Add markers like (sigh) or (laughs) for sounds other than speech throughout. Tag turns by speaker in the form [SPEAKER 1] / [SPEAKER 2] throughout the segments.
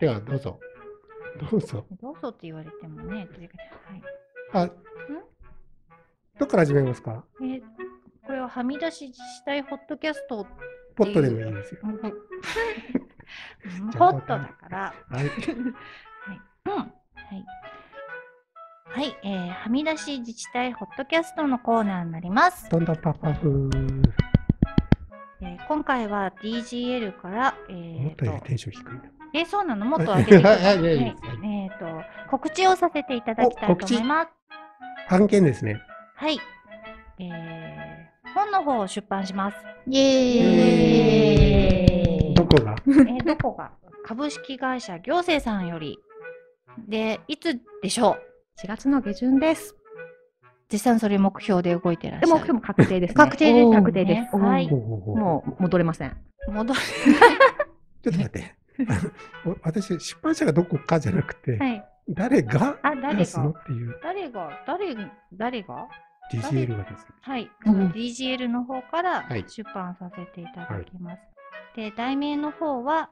[SPEAKER 1] では、どうぞ。どうぞ。
[SPEAKER 2] どうぞって言われてもね、というかはい、
[SPEAKER 1] あ、どっから始めますか
[SPEAKER 2] えーこれははみ出し自治体ホットキャス (laughs) ト、
[SPEAKER 1] ポットでもいいですよ。
[SPEAKER 2] うんホ
[SPEAKER 1] じゃあ
[SPEAKER 2] ットだから。
[SPEAKER 1] はい。
[SPEAKER 2] はい。うん。はい。はい、えーはみ出し自治体ホットキャストのコーナーになります。
[SPEAKER 1] どんどんパフパフ。
[SPEAKER 2] えー今回は DGL から、え
[SPEAKER 1] 思
[SPEAKER 2] ー
[SPEAKER 1] ったより
[SPEAKER 2] と
[SPEAKER 1] テンション低いな。
[SPEAKER 2] えーそうなのもっと上げてください。
[SPEAKER 1] い
[SPEAKER 2] は
[SPEAKER 1] や
[SPEAKER 2] い
[SPEAKER 1] いやいや
[SPEAKER 2] えーと、告知をさせていただきた
[SPEAKER 1] お
[SPEAKER 2] い
[SPEAKER 1] 告
[SPEAKER 2] と
[SPEAKER 1] 知
[SPEAKER 2] 思います。
[SPEAKER 1] 案件ですね。
[SPEAKER 2] はい。えー本の方を出版します。
[SPEAKER 3] イエーイ
[SPEAKER 1] どこが
[SPEAKER 2] えーどこが株式会社行政さんより。で、いつでしょう
[SPEAKER 3] 4月の下旬です。
[SPEAKER 2] 実際それ目標で動いてらっし
[SPEAKER 3] で
[SPEAKER 2] ゃ
[SPEAKER 3] も
[SPEAKER 2] る。
[SPEAKER 3] 今日も確定です、ね。
[SPEAKER 2] 確定ですね
[SPEAKER 3] 確定です。
[SPEAKER 2] は
[SPEAKER 3] はい
[SPEAKER 2] い。
[SPEAKER 1] ほうほうほう
[SPEAKER 3] もう戻れません。
[SPEAKER 2] 戻る。
[SPEAKER 1] (laughs) ちょっと待って。あのお私、出版社がどこかじゃなくて、
[SPEAKER 2] はい。
[SPEAKER 1] 誰が
[SPEAKER 2] あ、誰
[SPEAKER 1] 出すの
[SPEAKER 2] が
[SPEAKER 1] っていう
[SPEAKER 2] 誰が誰誰が
[SPEAKER 1] DCL がですね。
[SPEAKER 2] はい。
[SPEAKER 3] う
[SPEAKER 2] そ
[SPEAKER 3] ん
[SPEAKER 2] の DGL の方から
[SPEAKER 1] はい
[SPEAKER 2] 出版させていただきます。で、題名の方は、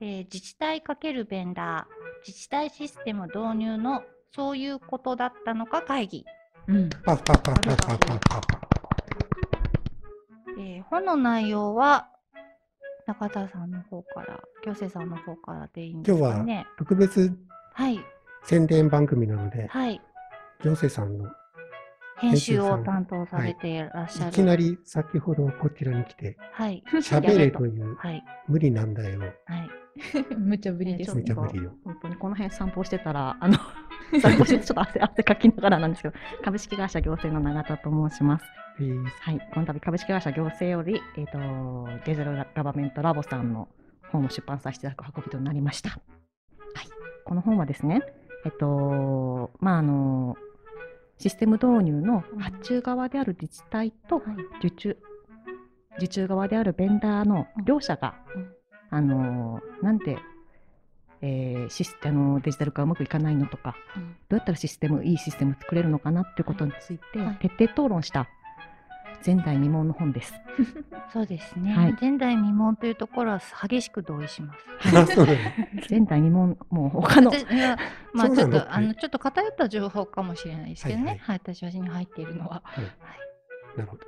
[SPEAKER 2] えー自治体×ベンダー、自治体システム導入のそういうことだったのか会議。
[SPEAKER 3] うん。
[SPEAKER 1] パフパフパフパフパフパフパフ。
[SPEAKER 2] えー本の内容は、中田さんの方から、京生さんの方からでいいんですかね。
[SPEAKER 1] 特別
[SPEAKER 2] はい。
[SPEAKER 1] 宣伝番組なので、
[SPEAKER 2] はい。
[SPEAKER 1] 行政さんの
[SPEAKER 2] 編集
[SPEAKER 1] 編集さ
[SPEAKER 2] を
[SPEAKER 1] ん
[SPEAKER 2] 担当されていらっしゃ
[SPEAKER 1] い
[SPEAKER 2] る。
[SPEAKER 1] きなり先ほどこちらに来て、 (laughs)
[SPEAKER 2] はい。
[SPEAKER 1] 喋れという
[SPEAKER 2] はい。
[SPEAKER 1] 無理なんだよ。
[SPEAKER 2] はい。
[SPEAKER 3] 無茶ぶりです。
[SPEAKER 1] めちゃ無理よ。
[SPEAKER 3] 本当にこの辺散歩してたら、あの、 (laughs) 散歩してちょっと汗汗かきながらなんですけど、株式会社行政の永田と申します。
[SPEAKER 1] えー
[SPEAKER 3] はい、この度株式会社行政より、えー、とデジタルガバメントラボさんの本を出版させていただく運びとなりました。はい、この本はですね、えっとまあ、あのシステム導入の発注側である自治体と
[SPEAKER 2] はい
[SPEAKER 3] 受注受注側であるベンダーの両者が、
[SPEAKER 2] うん
[SPEAKER 3] あのなんで、えーシスあのデジタル化うまくいかないのとか
[SPEAKER 2] うん
[SPEAKER 3] どうやったらシステムいいシステム作れるのかなっていうことについて
[SPEAKER 2] はい
[SPEAKER 3] 徹底討論した前代未聞の本です。
[SPEAKER 2] そうですね、
[SPEAKER 3] はい
[SPEAKER 2] 前代未聞というところは激しく同意しま
[SPEAKER 1] (laughs)
[SPEAKER 2] す。
[SPEAKER 1] あそうなの
[SPEAKER 3] 前代未聞もう他の
[SPEAKER 2] 私いやまあ
[SPEAKER 1] そう
[SPEAKER 2] ち
[SPEAKER 1] な
[SPEAKER 2] ょっ
[SPEAKER 1] の
[SPEAKER 2] とあのちょっと偏った情報かもしれないですけどね、
[SPEAKER 1] は
[SPEAKER 2] はいい私は私に入っているのは。
[SPEAKER 1] はいなるほど。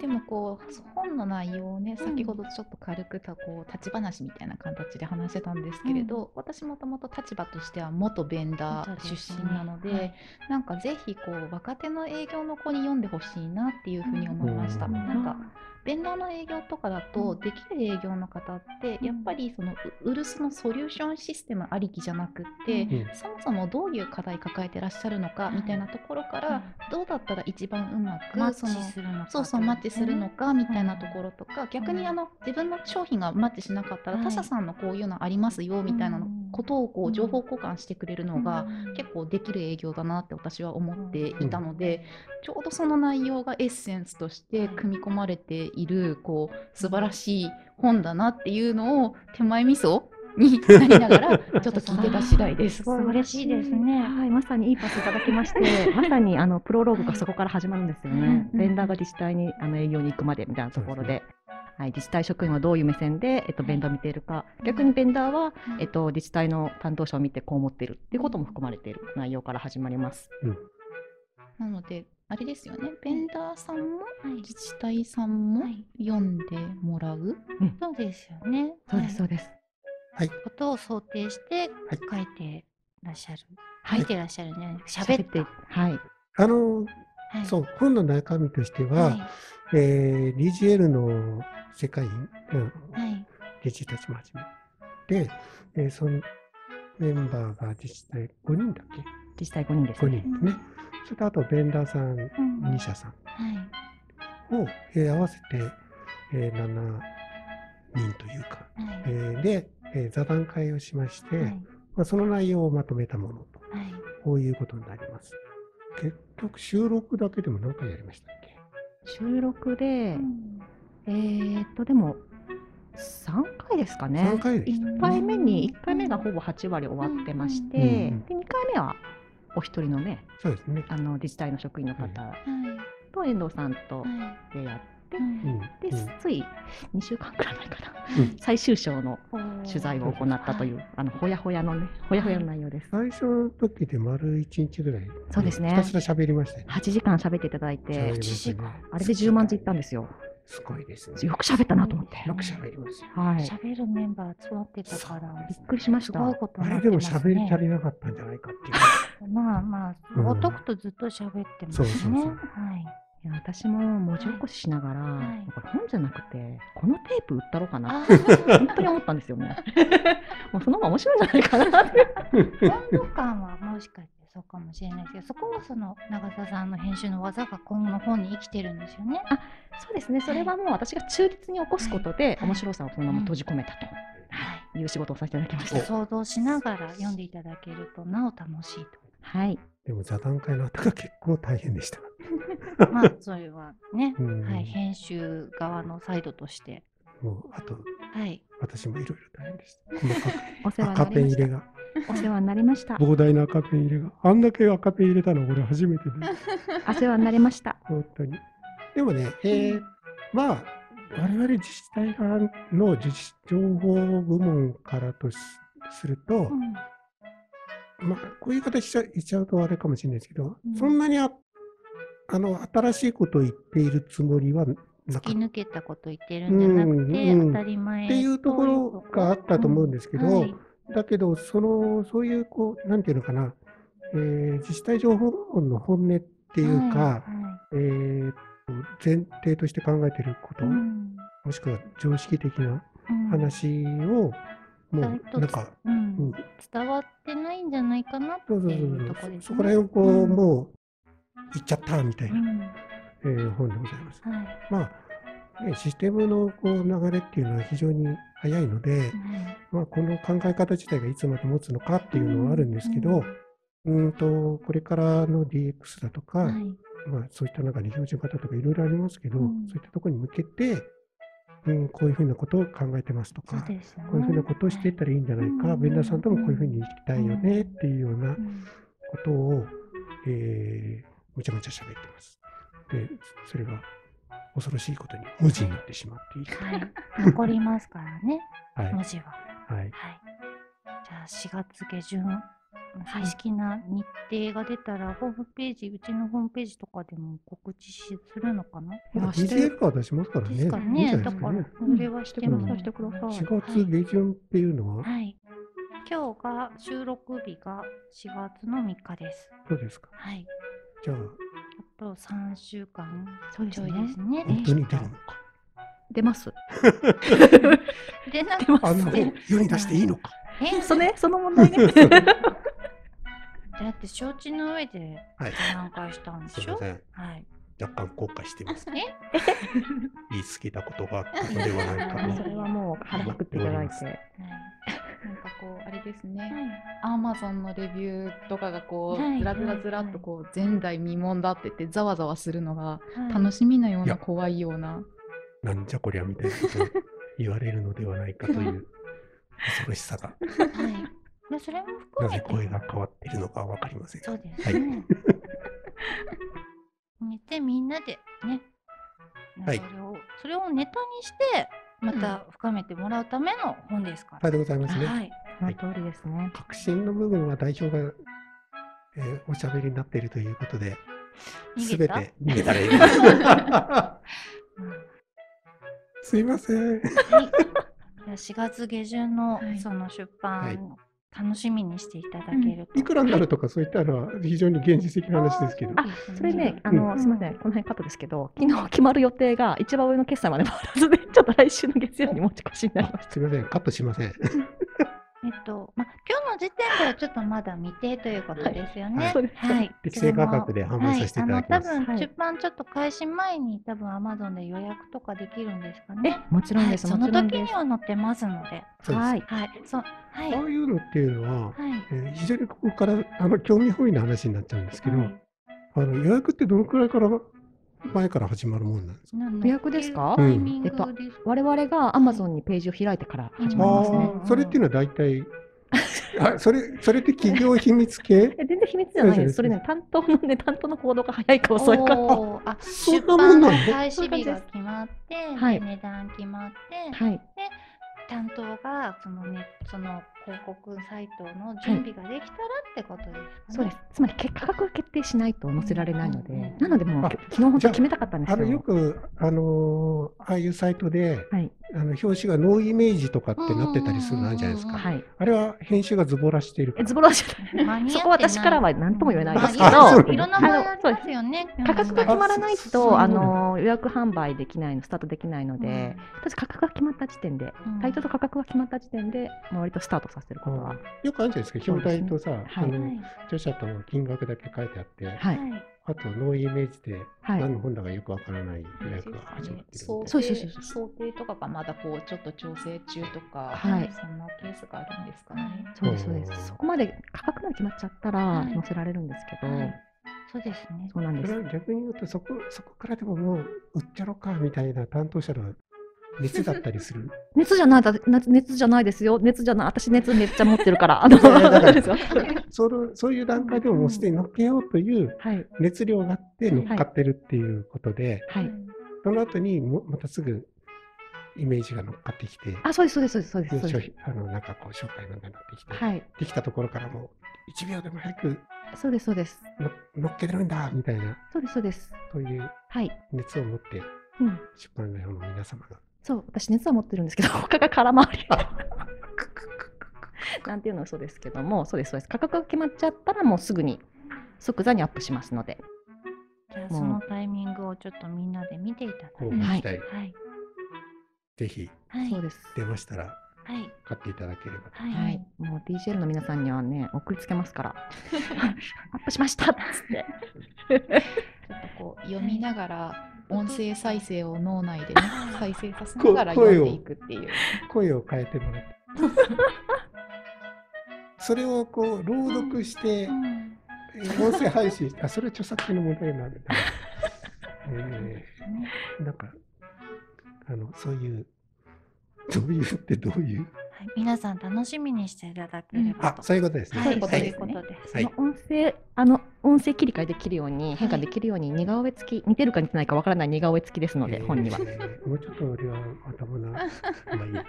[SPEAKER 4] でもこう本の内容をね
[SPEAKER 2] うん
[SPEAKER 4] 先ほどちょっと軽くたこう立ち話みたいな形で話してたんですけれど、私もともと立場としては元ベンダ
[SPEAKER 2] そう
[SPEAKER 4] ー
[SPEAKER 2] です
[SPEAKER 4] 出
[SPEAKER 2] ね
[SPEAKER 4] 身なので
[SPEAKER 2] はい
[SPEAKER 4] なんかぜひこう若手の営業の子に読んでほしいなっていうふうに思いました。
[SPEAKER 1] うん
[SPEAKER 4] なんかベンダーの営業とかだと、
[SPEAKER 2] うん
[SPEAKER 4] できる営業の方って
[SPEAKER 2] うん
[SPEAKER 4] やっぱりそのウウルスのソリューションシステムありきじゃなくっ
[SPEAKER 2] (laughs)
[SPEAKER 4] て、
[SPEAKER 2] うん
[SPEAKER 1] うん
[SPEAKER 4] そもそもどういう課題抱えてらっしゃるのかみたいなところから、どうだったら一番うまく
[SPEAKER 2] マッ
[SPEAKER 4] その
[SPEAKER 2] チするのか
[SPEAKER 4] そうそうマッチするのかみたいなところとか、逆
[SPEAKER 2] う
[SPEAKER 4] に
[SPEAKER 2] ん
[SPEAKER 4] あの自分の商品がマッチしなかったら、
[SPEAKER 2] はい
[SPEAKER 4] 他社さんのこういうのありますよみたいなの
[SPEAKER 2] うん
[SPEAKER 4] ことをこ
[SPEAKER 2] う
[SPEAKER 4] うん情報交換してくれるのが、結構できる営業だなって私は思っていたので、ちょうどその内容がエッセンスとして組み込まれているこう素晴らしい本だなっていうのを手前味噌に (laughs) なりながらちょっと聞いてた次第 (laughs) です。
[SPEAKER 2] ごい嬉しいですね
[SPEAKER 3] はい、まさにいいパスいただきまして、まさにあのプロローグがそこから始まるんですよ
[SPEAKER 2] はい
[SPEAKER 3] ね。
[SPEAKER 4] うん
[SPEAKER 3] ベンダーが自治体にあの営業に行くまでみたいなところ
[SPEAKER 1] そう
[SPEAKER 3] で。はい、自治体職員はどういう目線で、えっと、ベンダーを見ているか、逆にベンダーは、えっと、自治体の担当者を見てこう思っているっていうことも含まれている内容から始まります。
[SPEAKER 4] なのであれですよねベンダーさんも
[SPEAKER 2] はい
[SPEAKER 4] 自治体さんも
[SPEAKER 2] はい
[SPEAKER 4] 読んでもらう、
[SPEAKER 2] そうですよね。
[SPEAKER 3] そうです、そ
[SPEAKER 2] は
[SPEAKER 3] うです。
[SPEAKER 2] いことを想定し
[SPEAKER 1] は
[SPEAKER 2] て
[SPEAKER 1] い
[SPEAKER 2] 書いてらっしゃる。
[SPEAKER 3] はい
[SPEAKER 2] 書いてらっしゃるんじゃないですか。喋って。
[SPEAKER 3] はい。
[SPEAKER 1] あの、
[SPEAKER 2] はい
[SPEAKER 1] そう、本の中身としては、
[SPEAKER 2] はい
[SPEAKER 1] えー、DGL の世界、うん、
[SPEAKER 2] はい
[SPEAKER 1] 理事たちも始めで、えーそのメンバーが自治体5人だっけ
[SPEAKER 3] 自治体5人です、
[SPEAKER 1] ?5
[SPEAKER 3] ね。
[SPEAKER 1] 人ですね。それとあとベンダーさん、
[SPEAKER 2] うん
[SPEAKER 1] 2社さ
[SPEAKER 2] はい
[SPEAKER 1] んを、えー合わせて、えー7人というか、
[SPEAKER 2] は
[SPEAKER 1] え
[SPEAKER 2] い
[SPEAKER 1] ーで、えー座談会をしまして、
[SPEAKER 2] はい
[SPEAKER 1] まあ、その内容をまとめたものと、
[SPEAKER 2] はい
[SPEAKER 1] こういうことになります。結局収録だけでも何回やりましたっけ
[SPEAKER 3] 収録で、
[SPEAKER 2] うん
[SPEAKER 3] えーっと、でも、3回ですかね。
[SPEAKER 1] ?3 回でした。
[SPEAKER 3] 1回目に1回目がほぼ8割終わってまして、
[SPEAKER 1] うんうん
[SPEAKER 3] で2回目はお一人のね
[SPEAKER 1] そうですね。
[SPEAKER 3] あの自治体の職員の方
[SPEAKER 2] はい
[SPEAKER 3] と遠藤さんと
[SPEAKER 2] はい
[SPEAKER 3] でやっって、
[SPEAKER 1] うん
[SPEAKER 3] で
[SPEAKER 1] うん
[SPEAKER 3] つい2週間くらい前かな、
[SPEAKER 1] うん
[SPEAKER 3] 最終章の取材を行ったというう、あのほやほやのね、ほやほやの内容です。
[SPEAKER 1] 最初の時で丸一日ぐらい、
[SPEAKER 3] そうですね
[SPEAKER 1] ひたすら喋りましたね。
[SPEAKER 3] 8時間喋っていただいて、
[SPEAKER 1] 喋りましたね
[SPEAKER 3] あれで10万字いったんですよ。
[SPEAKER 1] すごいですね。
[SPEAKER 3] よく喋ったなと思って。
[SPEAKER 1] よく喋りますよ。
[SPEAKER 3] はい。
[SPEAKER 2] 喋るメンバー集まってたから、
[SPEAKER 3] びっくりしまし
[SPEAKER 2] す
[SPEAKER 3] た。
[SPEAKER 2] ごいこと
[SPEAKER 1] あ
[SPEAKER 2] にな
[SPEAKER 1] れ
[SPEAKER 2] って
[SPEAKER 1] で
[SPEAKER 2] ま
[SPEAKER 1] も
[SPEAKER 2] す
[SPEAKER 1] 喋り足
[SPEAKER 2] ね。
[SPEAKER 1] りなかったんじゃないかっていう。
[SPEAKER 2] まあまあ、
[SPEAKER 1] うん
[SPEAKER 2] ごとくとずっと喋ってます
[SPEAKER 1] そう
[SPEAKER 2] ね。
[SPEAKER 1] そうそう (laughs)
[SPEAKER 2] はい。
[SPEAKER 3] いや私も文字起こししながら、
[SPEAKER 2] はい
[SPEAKER 3] これ本じゃなくて、このテープ売ったろかなっ
[SPEAKER 2] あ
[SPEAKER 3] て、
[SPEAKER 2] ー
[SPEAKER 3] 本当に思ったんですよ (laughs) ね。もうそのまま面白いんじゃないかなって。
[SPEAKER 2] 温度感はもしかしてそうかもしれないですけど、そこはその長澤さんの編集の技が今後の本に生きてるんですよね。
[SPEAKER 3] そうですね、それはもう私が中立に起こすことで、
[SPEAKER 2] はい
[SPEAKER 3] 面白さをそのまま閉じ込めた
[SPEAKER 2] はい。
[SPEAKER 3] という仕事をさせていただきま
[SPEAKER 2] ちょっと
[SPEAKER 3] した。
[SPEAKER 2] 想像しながら読んでいただけるとなお楽しい
[SPEAKER 3] はい。
[SPEAKER 1] (laughs) でも座談会の後が結構大変でした。
[SPEAKER 2] と。まあそれはね、
[SPEAKER 1] うん
[SPEAKER 2] はい、編集側のサイドとして、
[SPEAKER 1] もうあと
[SPEAKER 2] はい、
[SPEAKER 1] 私もいろいろ大変でした。細かく
[SPEAKER 3] (laughs) お世話に
[SPEAKER 1] 赤
[SPEAKER 3] な
[SPEAKER 1] ペ
[SPEAKER 3] り
[SPEAKER 1] ン
[SPEAKER 3] ま
[SPEAKER 1] 入
[SPEAKER 3] し
[SPEAKER 1] れ
[SPEAKER 3] た。
[SPEAKER 1] が、
[SPEAKER 3] お世話になりました。
[SPEAKER 1] 膨大な赤ペン入れが、あんだけ赤ペン入れたの俺初めてだよ。
[SPEAKER 3] (laughs) お世話になりました。
[SPEAKER 1] 本当に。でもね、えーまあ、我々自治体側の自治情報部門からとしすると、
[SPEAKER 2] うん
[SPEAKER 1] まあ、こういう形しちゃ言っちゃうとあれかもしれないですけど、
[SPEAKER 2] うん
[SPEAKER 1] そんなにああの新しいことを言っているつもりはな
[SPEAKER 2] 突
[SPEAKER 1] か
[SPEAKER 2] き
[SPEAKER 1] ったっ
[SPEAKER 2] 抜けたこと言ってるんじゃなくて、
[SPEAKER 1] うんうん
[SPEAKER 2] 当たり前
[SPEAKER 1] ていうところがあったと思うんですけど、
[SPEAKER 2] はい
[SPEAKER 1] だけどそのそういうこうなんていうのかな、えー自治体情報部門の本音っていうか、
[SPEAKER 2] は
[SPEAKER 1] えーと前提として考えていること、
[SPEAKER 2] いはいうん
[SPEAKER 1] もしくは常識的な
[SPEAKER 2] うん
[SPEAKER 1] 話を、もう
[SPEAKER 2] だいぶ
[SPEAKER 1] なんか、
[SPEAKER 2] うん
[SPEAKER 1] うん
[SPEAKER 2] 伝わってないんじゃないかなって
[SPEAKER 1] そうそうそ
[SPEAKER 2] いう
[SPEAKER 1] う
[SPEAKER 2] とこ
[SPEAKER 1] そ
[SPEAKER 2] ろ
[SPEAKER 1] う
[SPEAKER 2] です
[SPEAKER 1] そ
[SPEAKER 2] ね。
[SPEAKER 1] こら辺をこう、
[SPEAKER 2] うん
[SPEAKER 1] もう言っちゃったみたいうな、
[SPEAKER 2] ん
[SPEAKER 1] えー本でございます。
[SPEAKER 2] はい
[SPEAKER 1] まあね、システムのこう流れっていうのは非常に早いので、
[SPEAKER 2] はい
[SPEAKER 1] まあ、この考え方自体がいつまで持つのかっていうのはあるんですけど、うーんとこれからの DX だとか、
[SPEAKER 2] はい
[SPEAKER 1] まあ、そういった中で標準型とかいろいろありますけど、
[SPEAKER 2] うん
[SPEAKER 1] そういったところに向けて、うん、こういうふうなことを考えてますと
[SPEAKER 2] そう
[SPEAKER 1] か、
[SPEAKER 2] ですよね
[SPEAKER 1] こういうふうなことをしていったらいいんじゃないか、
[SPEAKER 2] はい
[SPEAKER 1] ベンダーさんともこういうふうに行きたいよね
[SPEAKER 2] うん
[SPEAKER 1] っていうような
[SPEAKER 2] うん
[SPEAKER 1] ことを、えー、むちゃむちゃ喋ってます。で、それが恐ろしいことに無事になってしまっている。
[SPEAKER 2] はい、残りますからね、
[SPEAKER 1] はい。
[SPEAKER 2] 文字は。
[SPEAKER 1] はい。
[SPEAKER 2] はい。じゃあ4月下旬、正式な日程が出たら、ホームページ、うちのホームページとかでも告知しするのかな、
[SPEAKER 1] まだ
[SPEAKER 4] 明日
[SPEAKER 1] PDF は出しますからね。
[SPEAKER 2] ですから
[SPEAKER 1] いいんじ
[SPEAKER 2] ね。
[SPEAKER 1] ゃないで
[SPEAKER 2] だ
[SPEAKER 1] す
[SPEAKER 2] か
[SPEAKER 1] からね。、
[SPEAKER 2] それはしてもらい
[SPEAKER 3] してくださいして
[SPEAKER 1] 4月下旬っていうのは、
[SPEAKER 2] はい。今日が収録日が4月の3日です。
[SPEAKER 1] どうですか
[SPEAKER 2] はい。
[SPEAKER 1] じゃあ、
[SPEAKER 2] あと3週間
[SPEAKER 3] そうで
[SPEAKER 2] ち
[SPEAKER 3] す
[SPEAKER 2] ょい
[SPEAKER 3] ね。
[SPEAKER 2] ですね。
[SPEAKER 1] 本当に出るのか。(laughs)
[SPEAKER 3] 出ます。
[SPEAKER 2] で、なん
[SPEAKER 3] 出
[SPEAKER 2] か、
[SPEAKER 1] あ
[SPEAKER 3] ま
[SPEAKER 1] んな
[SPEAKER 3] す。
[SPEAKER 1] 本世に出していいのか。
[SPEAKER 2] え、
[SPEAKER 3] それ、その問題ね。 (laughs)
[SPEAKER 2] だって承知の上で
[SPEAKER 1] はい。
[SPEAKER 2] 何回したんです
[SPEAKER 1] い
[SPEAKER 2] し
[SPEAKER 1] ま
[SPEAKER 2] ょ
[SPEAKER 1] せん。
[SPEAKER 2] はい。
[SPEAKER 1] 若干後悔してます。
[SPEAKER 2] え
[SPEAKER 1] 言い過ぎたことがあったのではないか
[SPEAKER 2] う
[SPEAKER 3] あ
[SPEAKER 2] ん
[SPEAKER 3] そ
[SPEAKER 1] な。
[SPEAKER 3] れはもう腹くくっていただいて。
[SPEAKER 4] なんかこうあれですね
[SPEAKER 2] はい。
[SPEAKER 4] アマゾンのレビューとかがこ
[SPEAKER 2] は
[SPEAKER 4] う
[SPEAKER 2] い
[SPEAKER 4] ずらずらずらっとこう前代未聞だって言ってざわざわするのが
[SPEAKER 2] はい
[SPEAKER 4] 楽しみなよう
[SPEAKER 1] いや
[SPEAKER 4] な怖いような
[SPEAKER 2] (laughs)
[SPEAKER 1] なんじゃこりゃみたいなことを言われるのではないかと
[SPEAKER 2] (laughs)
[SPEAKER 1] いう恐ろしさが、
[SPEAKER 2] はい。でそれも
[SPEAKER 1] な
[SPEAKER 2] 含め
[SPEAKER 1] ぜ
[SPEAKER 2] て。
[SPEAKER 1] 声が変わっているのかわかりません。
[SPEAKER 2] そうです
[SPEAKER 1] はい
[SPEAKER 2] ね。 (laughs) 寝てみんなでね、
[SPEAKER 1] はい
[SPEAKER 2] それをそれをネタにしてまた深めてもらうための本ですか
[SPEAKER 1] さ
[SPEAKER 2] ら。
[SPEAKER 1] ようでございますね。
[SPEAKER 2] はい。
[SPEAKER 1] (laughs)
[SPEAKER 3] その通りですね。
[SPEAKER 1] 革新の部分は代表が、えーおしゃべりになっているということで、す
[SPEAKER 2] 逃
[SPEAKER 1] べ
[SPEAKER 2] げた
[SPEAKER 1] て逃げたらいいです。
[SPEAKER 2] (laughs) うん
[SPEAKER 1] すいません。
[SPEAKER 2] はい。じゃあ4月下旬の
[SPEAKER 4] はい
[SPEAKER 2] その出
[SPEAKER 1] は
[SPEAKER 2] 版楽しみにしていただけると。
[SPEAKER 1] いくらになるとかそういったのは非常に現実的な話ですけど。
[SPEAKER 2] あう
[SPEAKER 3] それね、あ
[SPEAKER 2] う
[SPEAKER 3] の、
[SPEAKER 2] ん
[SPEAKER 3] すみません、この辺カットですけど、昨日決まる予定が一番上の決済まで回らずで、ちょっと来週の月曜に持ち越しになりまし
[SPEAKER 1] すいません、カットしません。
[SPEAKER 2] えっと、ま、今日の時点ではちょっとまだ未定ということですよ
[SPEAKER 1] は
[SPEAKER 2] ね
[SPEAKER 1] い
[SPEAKER 3] そうで。す
[SPEAKER 2] はい。
[SPEAKER 1] (laughs) 適正価格で販
[SPEAKER 2] は
[SPEAKER 1] 売さ
[SPEAKER 2] い
[SPEAKER 1] せ、てい
[SPEAKER 2] あ
[SPEAKER 1] ただきま
[SPEAKER 2] の多
[SPEAKER 1] す。
[SPEAKER 2] 分
[SPEAKER 3] はい
[SPEAKER 2] 出版ちょっと開始前に多分 Amazon で予約とかできるんですか
[SPEAKER 3] た。え
[SPEAKER 2] ね。、
[SPEAKER 3] もちろんです。
[SPEAKER 2] はい、その
[SPEAKER 3] もちろん
[SPEAKER 2] 時
[SPEAKER 3] で
[SPEAKER 2] に
[SPEAKER 3] す。
[SPEAKER 2] は載ってますので。
[SPEAKER 1] そうです
[SPEAKER 3] はい。
[SPEAKER 2] はい、そう、はい、
[SPEAKER 1] こ
[SPEAKER 2] は
[SPEAKER 1] ういうのっていうのは、
[SPEAKER 2] い。
[SPEAKER 1] えー非常にここからあの興味本位な話になっちゃうんですけど、
[SPEAKER 2] はい
[SPEAKER 1] あの予約ってどのくらいから前から始まるもんなんですか
[SPEAKER 2] なん
[SPEAKER 3] 予約ですか
[SPEAKER 2] タイミングですか
[SPEAKER 3] 我々が Amazon にページを開いてから始
[SPEAKER 1] あ
[SPEAKER 3] まります
[SPEAKER 1] あ
[SPEAKER 3] ね。
[SPEAKER 1] ー、それっていうのは大体あそれ、それって企業秘密
[SPEAKER 3] (laughs)
[SPEAKER 1] 系
[SPEAKER 3] え全然秘密じゃないです。そ
[SPEAKER 1] そう
[SPEAKER 3] れ
[SPEAKER 1] です
[SPEAKER 3] ね、担当のね、担当の行動が早いか遅いか。
[SPEAKER 2] おーあ
[SPEAKER 1] そ
[SPEAKER 2] 出
[SPEAKER 1] んなもん
[SPEAKER 2] 版
[SPEAKER 1] な
[SPEAKER 2] の
[SPEAKER 1] の
[SPEAKER 2] 開始日が
[SPEAKER 3] そういう感じです
[SPEAKER 2] 決まって、
[SPEAKER 3] はい
[SPEAKER 2] で値段決まって、
[SPEAKER 3] はい。
[SPEAKER 2] 担当がそのねその広告サイトの準備ができたらってことですかね。
[SPEAKER 3] そうです。つまり、結価額を決定しないと載せられないの
[SPEAKER 2] うんうん
[SPEAKER 3] で
[SPEAKER 2] う、ん
[SPEAKER 3] なのでもう
[SPEAKER 1] あ、
[SPEAKER 3] 昨日本
[SPEAKER 1] じ
[SPEAKER 3] 当
[SPEAKER 1] ゃあ
[SPEAKER 3] 決めたかったんです
[SPEAKER 1] あ
[SPEAKER 3] よ。
[SPEAKER 1] のよく、あのーああいうサイトで、
[SPEAKER 3] はい。
[SPEAKER 1] あの表紙がノーイメージとかってなってたりするのあるじゃないです
[SPEAKER 2] うんうんうんうん
[SPEAKER 1] か。
[SPEAKER 3] はい。
[SPEAKER 1] あれは編集がズボラしているか
[SPEAKER 3] え
[SPEAKER 1] ら。
[SPEAKER 3] ズボラじゃない。
[SPEAKER 2] 間に合ってない。
[SPEAKER 3] そこ私からは何とも言えないですけど
[SPEAKER 2] うん
[SPEAKER 1] あそう
[SPEAKER 2] いろんな場合ありますよね。
[SPEAKER 3] 価格が決まらない
[SPEAKER 1] あ
[SPEAKER 3] と、あ
[SPEAKER 1] そうそうなんだ
[SPEAKER 3] の、予約販売できないの、スタートできないので、私、価格が決まった時点で、
[SPEAKER 2] うん
[SPEAKER 3] タイトルと価格が決まった時点で、まあ割とスタートさせることは。
[SPEAKER 1] よくあるじゃないですか、表題とさ、
[SPEAKER 3] すね
[SPEAKER 1] あ
[SPEAKER 3] は
[SPEAKER 1] の
[SPEAKER 2] はい
[SPEAKER 1] 著者と金額だけ書いてあって、
[SPEAKER 3] はい。
[SPEAKER 1] あとノーイメージで
[SPEAKER 3] はい。
[SPEAKER 1] 何の本だかよくわからない予約が始まってるみたい
[SPEAKER 4] 想
[SPEAKER 1] な
[SPEAKER 3] そう
[SPEAKER 4] 定
[SPEAKER 3] そうそうそう
[SPEAKER 4] 想定とかがまだこうちょっと調整中とか、
[SPEAKER 3] はい
[SPEAKER 4] そんなケースがあるんですかね。
[SPEAKER 3] そうです、そうで
[SPEAKER 1] おー
[SPEAKER 3] す。そこまで価格が決まっちゃったら
[SPEAKER 2] はい
[SPEAKER 3] 載せられるんですけど、
[SPEAKER 2] はいそうですね。
[SPEAKER 3] そうなんで
[SPEAKER 1] それ
[SPEAKER 3] す。
[SPEAKER 1] は逆に言うとそこ、そこからでももう売っちゃろうかみたいな担当者の熱だったりす
[SPEAKER 3] (laughs)
[SPEAKER 1] る。
[SPEAKER 3] 熱じゃない、だな熱じゃないですよ。熱じゃない。私熱めっちゃ持ってる (laughs) から。あの、
[SPEAKER 1] いやいやだから
[SPEAKER 3] ですよ
[SPEAKER 1] そのそういう段階でももうすでに乗っけようという
[SPEAKER 3] (laughs) はい。
[SPEAKER 1] 熱量があって乗っかってるっていうことで、
[SPEAKER 3] はい。
[SPEAKER 1] その後にもまたすぐイメージが乗っかってきて、
[SPEAKER 3] あ、そうです、そうです、そうです、
[SPEAKER 1] で
[SPEAKER 3] そう
[SPEAKER 1] 商
[SPEAKER 3] です。
[SPEAKER 1] 品あのなんかこう紹介文がなってきて、
[SPEAKER 3] はい。
[SPEAKER 1] できたところからもう1秒でも早く
[SPEAKER 3] そうです、そうです。
[SPEAKER 1] の乗っけてるんだみたいな、
[SPEAKER 3] そうです、そうです。
[SPEAKER 1] そういう
[SPEAKER 3] はい。
[SPEAKER 1] 熱を持って
[SPEAKER 3] うん。
[SPEAKER 1] 出版業の皆様が。
[SPEAKER 3] そう、私熱は持ってるんですけど、 (laughs) 他が空回り。
[SPEAKER 2] (laughs)
[SPEAKER 3] なんていうのはそうですけども、そうです、そうです。価格が決まっちゃったら、もうすぐに即座にアップしますので。
[SPEAKER 2] じゃあ
[SPEAKER 3] もう
[SPEAKER 2] そのタイミングをちょっとみんなで見ていただ
[SPEAKER 1] こ
[SPEAKER 2] いうて。
[SPEAKER 1] ご
[SPEAKER 3] はい
[SPEAKER 1] 期待、
[SPEAKER 2] はい。
[SPEAKER 1] ぜひ
[SPEAKER 2] はい。
[SPEAKER 3] そうです。
[SPEAKER 1] 出ましたら
[SPEAKER 2] はい。
[SPEAKER 1] 買っていただければ。
[SPEAKER 2] はい。
[SPEAKER 3] はい、もう DCL の皆さんにはね、送りつけま
[SPEAKER 2] (laughs)
[SPEAKER 3] すから、 (laughs) アップしましたっつって、
[SPEAKER 4] ちょっとこう読みながら音声再生を脳内
[SPEAKER 3] (laughs)
[SPEAKER 4] で、ね、再生させな
[SPEAKER 1] こ
[SPEAKER 4] がら
[SPEAKER 1] 声を
[SPEAKER 4] 読んでいくっていう。
[SPEAKER 1] 声を変えてもらって。それをこう朗読して
[SPEAKER 2] う、ん
[SPEAKER 1] えー音声配信、あ、それ著作権の問題になる。えー、なんか、あの、そういう、どういうってどういう
[SPEAKER 2] はい皆さん楽しみにしていただければ
[SPEAKER 1] あ、
[SPEAKER 2] と。
[SPEAKER 1] そういうことですね。
[SPEAKER 2] はい、
[SPEAKER 4] そういうこと
[SPEAKER 2] そう
[SPEAKER 4] で
[SPEAKER 2] い
[SPEAKER 4] す
[SPEAKER 2] うことです。
[SPEAKER 1] はい
[SPEAKER 3] その音声、あの音声切り替えできるように、変化できるように、似顔絵付き、似てるか似てないかわからない似顔絵付きですので、
[SPEAKER 1] えー
[SPEAKER 3] 本には。
[SPEAKER 1] もうちょっと俺は頭な。まあいいや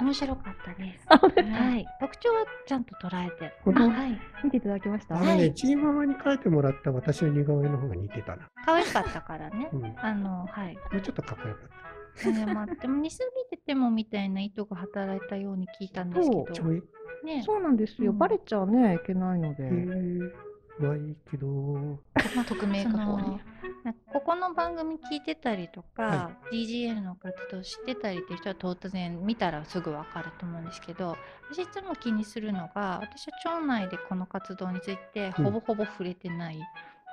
[SPEAKER 2] 面白かったです。
[SPEAKER 3] あ本当
[SPEAKER 2] はい、特徴はちゃんと捉えて。
[SPEAKER 1] 本当
[SPEAKER 2] はい、
[SPEAKER 3] 見ていただけました
[SPEAKER 1] あ
[SPEAKER 2] は
[SPEAKER 1] の
[SPEAKER 2] い
[SPEAKER 1] ね、チーママに書いてもらった私の似顔絵の方が似てたな。
[SPEAKER 2] 可愛かったからね
[SPEAKER 1] う。ん、も
[SPEAKER 2] あの、はい、
[SPEAKER 1] うちょっとかっこよかった。
[SPEAKER 2] でも、でも似すぎててもみたいな意図が働いたように聞いたんですけど。
[SPEAKER 1] ちょい、
[SPEAKER 2] ね、
[SPEAKER 3] そうなんですよ、
[SPEAKER 2] うん
[SPEAKER 3] バレちゃね、いけないので。
[SPEAKER 1] えー、まあいいけど。
[SPEAKER 4] まあ、匿名
[SPEAKER 2] そ
[SPEAKER 4] 加工
[SPEAKER 2] の
[SPEAKER 4] ね。
[SPEAKER 2] なんかここの番組聞いてたりとか、
[SPEAKER 1] は
[SPEAKER 2] DGL の活動知ってたりっていう人は当然見たらすぐ分かると思うんですけど私いつも気にするのが私は町内でこの活動についてほぼほぼ触れてない、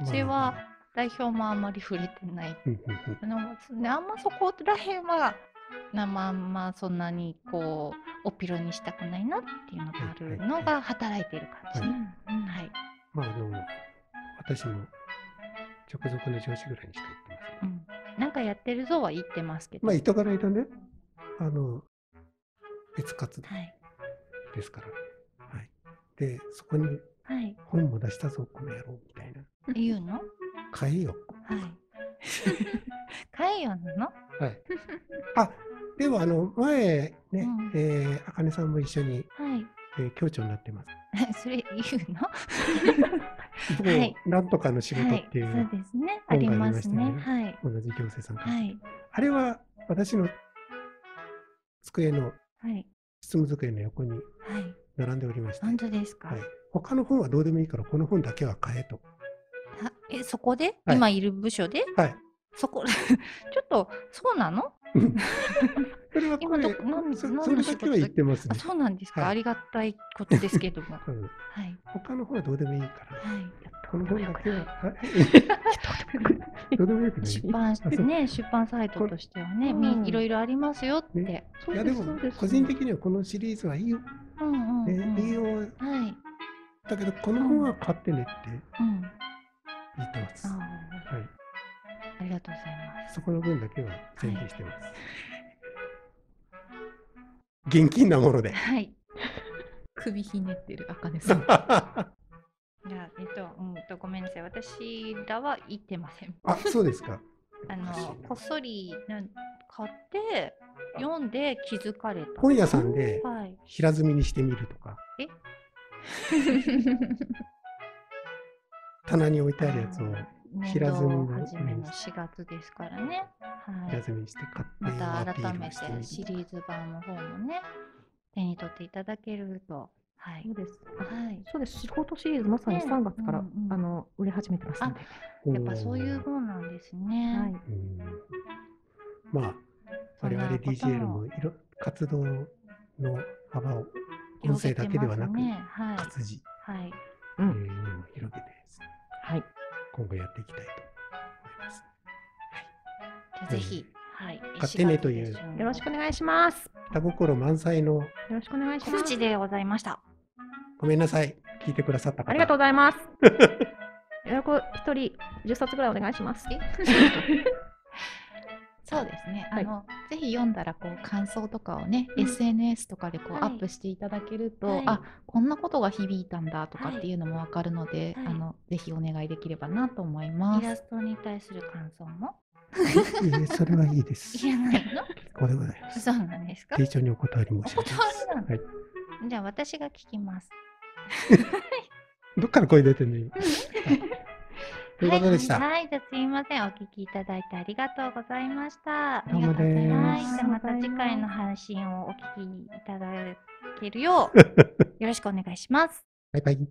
[SPEAKER 2] それは代表もあんまり触れてない
[SPEAKER 1] うんうんうん
[SPEAKER 2] あのねあんまそこら辺はなまあまあそんなにこうおピロにしたくないなっていうのがあるのが働いてる感じね。はい、
[SPEAKER 1] まああの私も直属の上司ぐらいにしか言ってません。
[SPEAKER 2] うん、なんかやってるぞは言ってますけど。
[SPEAKER 1] まあ人からいたね、あの別活動
[SPEAKER 2] はい、
[SPEAKER 1] ですから。はい。でそこに
[SPEAKER 2] はい、
[SPEAKER 1] 本も出したぞこの野郎みたいな。
[SPEAKER 2] 言うの？は
[SPEAKER 1] 買えよ。
[SPEAKER 2] い。 (laughs) 海洋なの？
[SPEAKER 1] はい。 (laughs) あでもあの前ね、
[SPEAKER 2] うん
[SPEAKER 1] えあかねさんも一緒に、
[SPEAKER 2] はい。
[SPEAKER 1] えー、教長になってます。
[SPEAKER 2] (laughs) それ言うの？
[SPEAKER 1] もう
[SPEAKER 2] はい
[SPEAKER 1] なんとかの仕事
[SPEAKER 2] はい
[SPEAKER 1] っ。て
[SPEAKER 2] そ
[SPEAKER 1] いう、
[SPEAKER 2] うですね。あ
[SPEAKER 1] 本
[SPEAKER 2] り
[SPEAKER 1] があ
[SPEAKER 2] ま
[SPEAKER 1] りまし
[SPEAKER 2] す
[SPEAKER 1] たね
[SPEAKER 2] ね。はい。
[SPEAKER 1] 同じ行政さんから、
[SPEAKER 2] はい。
[SPEAKER 1] あれは私の机の
[SPEAKER 2] はい。
[SPEAKER 1] 執務机の横に
[SPEAKER 2] はい。
[SPEAKER 1] 並んでおりまして、
[SPEAKER 2] 本当ですか？
[SPEAKER 1] はい、他の本はどうでもいいからこの本だけは買えと。
[SPEAKER 2] あえそこで、
[SPEAKER 1] はい
[SPEAKER 2] 今いる部署で
[SPEAKER 1] はい。
[SPEAKER 2] そこ (laughs) ちょっとそうなの
[SPEAKER 1] それは
[SPEAKER 2] 今
[SPEAKER 1] こ
[SPEAKER 2] ど
[SPEAKER 1] れ
[SPEAKER 2] こ何
[SPEAKER 1] そ
[SPEAKER 2] 何
[SPEAKER 1] それ
[SPEAKER 2] の
[SPEAKER 1] だ
[SPEAKER 2] 仕
[SPEAKER 1] けは
[SPEAKER 2] 事
[SPEAKER 1] 言ってます
[SPEAKER 2] あ
[SPEAKER 1] ね。
[SPEAKER 2] そうなんですか、
[SPEAKER 1] はい
[SPEAKER 2] ありがたいことですけど
[SPEAKER 1] (laughs)
[SPEAKER 2] もは
[SPEAKER 1] うん
[SPEAKER 2] い
[SPEAKER 1] 他の本はどうでもいいから、
[SPEAKER 2] はい
[SPEAKER 1] この本だけは、はい (laughs) どうでもよくない。
[SPEAKER 2] (laughs) 出版し
[SPEAKER 1] あ
[SPEAKER 2] て
[SPEAKER 1] そう
[SPEAKER 2] ね出版サイトとしてはね
[SPEAKER 3] これうん
[SPEAKER 2] みいろいろありますよって、
[SPEAKER 1] ね
[SPEAKER 3] そう
[SPEAKER 1] いや
[SPEAKER 3] で
[SPEAKER 1] ですも
[SPEAKER 3] そうです
[SPEAKER 1] 個人的にはこのシリーズはいいよ、
[SPEAKER 2] うんうんう
[SPEAKER 1] ね
[SPEAKER 2] ん、
[SPEAKER 1] いいよ
[SPEAKER 2] はい
[SPEAKER 1] だけどこの本は買ってねって
[SPEAKER 2] うん
[SPEAKER 1] 言ってます。
[SPEAKER 2] あ
[SPEAKER 1] は
[SPEAKER 2] ー
[SPEAKER 1] い。
[SPEAKER 2] ありがとうございます
[SPEAKER 1] そこの分だけは宣伝して (laughs) ます。現金なもので。
[SPEAKER 2] はい
[SPEAKER 4] 首ひねってる、あかねさん。
[SPEAKER 1] (laughs)
[SPEAKER 2] いや、えっと、うんと、ごめんなさい。私らは行ってません。
[SPEAKER 1] あ、そうですか。
[SPEAKER 2] あ
[SPEAKER 1] おかしいな
[SPEAKER 2] の、こっそりなん買って、読んで気づかれた。
[SPEAKER 1] 本屋さんで
[SPEAKER 2] はい。
[SPEAKER 1] 平積みにしてみるとか、棚に置いてあるやつを平積みの
[SPEAKER 2] 年度初めの4月ですからね。は
[SPEAKER 1] 平
[SPEAKER 2] い。
[SPEAKER 1] 積みにして買
[SPEAKER 2] ま
[SPEAKER 1] って
[SPEAKER 2] た
[SPEAKER 1] ア
[SPEAKER 2] 改
[SPEAKER 1] ピー
[SPEAKER 2] め
[SPEAKER 1] ルしてみ
[SPEAKER 2] て
[SPEAKER 1] る
[SPEAKER 2] シリーズ版の方もね、手に取っていただけると。はい
[SPEAKER 3] そう。です。
[SPEAKER 2] はい。
[SPEAKER 3] そうです。仕事シリーズまさに
[SPEAKER 2] ね
[SPEAKER 3] 3月から、
[SPEAKER 2] うんうん
[SPEAKER 3] あの売れ始めてますので。
[SPEAKER 2] やっぱそういうもんなんですね。
[SPEAKER 3] はい。
[SPEAKER 1] うんまあ
[SPEAKER 2] そん
[SPEAKER 1] 我
[SPEAKER 2] な
[SPEAKER 1] 々
[SPEAKER 2] ことも
[SPEAKER 1] DJL もいろ活動の幅を音声だけではなく、
[SPEAKER 2] 広げてますね、
[SPEAKER 1] 活字、
[SPEAKER 2] はい。はい。
[SPEAKER 3] う
[SPEAKER 1] え
[SPEAKER 3] ん
[SPEAKER 1] ーにも広げて
[SPEAKER 3] はい。
[SPEAKER 1] 今後やっていきたいと思います。
[SPEAKER 2] じゃあぜひ、はい。
[SPEAKER 1] 買ってねという
[SPEAKER 3] よろしくお
[SPEAKER 2] ね。
[SPEAKER 3] 願いします。よ
[SPEAKER 1] 田心満載の
[SPEAKER 3] ろしくお願いしま
[SPEAKER 2] 告
[SPEAKER 3] す
[SPEAKER 2] 知。でございました。
[SPEAKER 1] ごめんなさい聞いてくださった方
[SPEAKER 3] ありがとうございます。よろこ一人10冊ぐらいお願いします。
[SPEAKER 4] そうですね。
[SPEAKER 3] はい
[SPEAKER 4] あのぜひ読んだらこう感想とかをね、
[SPEAKER 2] うん
[SPEAKER 4] SNS とかでこう、
[SPEAKER 2] はい
[SPEAKER 4] アップしていただけると、
[SPEAKER 2] はい
[SPEAKER 4] あこんなことが響いたんだとかっていうのもわかるので、
[SPEAKER 2] はい
[SPEAKER 4] あのぜひお願いできればなと思いま
[SPEAKER 2] イラ
[SPEAKER 4] す。
[SPEAKER 2] ストに対する感想も
[SPEAKER 1] いえそれはいいです
[SPEAKER 2] 言えないの
[SPEAKER 1] (laughs) これでございます
[SPEAKER 2] そうなんですか
[SPEAKER 1] 丁重にお断り申し上げます
[SPEAKER 2] お断
[SPEAKER 1] はい、
[SPEAKER 2] じゃあ私が聞きます。
[SPEAKER 1] どっから声出てん
[SPEAKER 2] (laughs)
[SPEAKER 1] の今、はいということでした、
[SPEAKER 2] はい、はい、じゃあすいません。お聞きいただいてありがとうございました。
[SPEAKER 1] どうもで
[SPEAKER 4] ありがとうござい
[SPEAKER 2] は
[SPEAKER 1] ー
[SPEAKER 2] い、
[SPEAKER 1] す
[SPEAKER 2] じゃあまた次回の
[SPEAKER 1] (laughs)
[SPEAKER 2] 配信をお聞きいただけるようよろしくお願いします。
[SPEAKER 1] バイバイ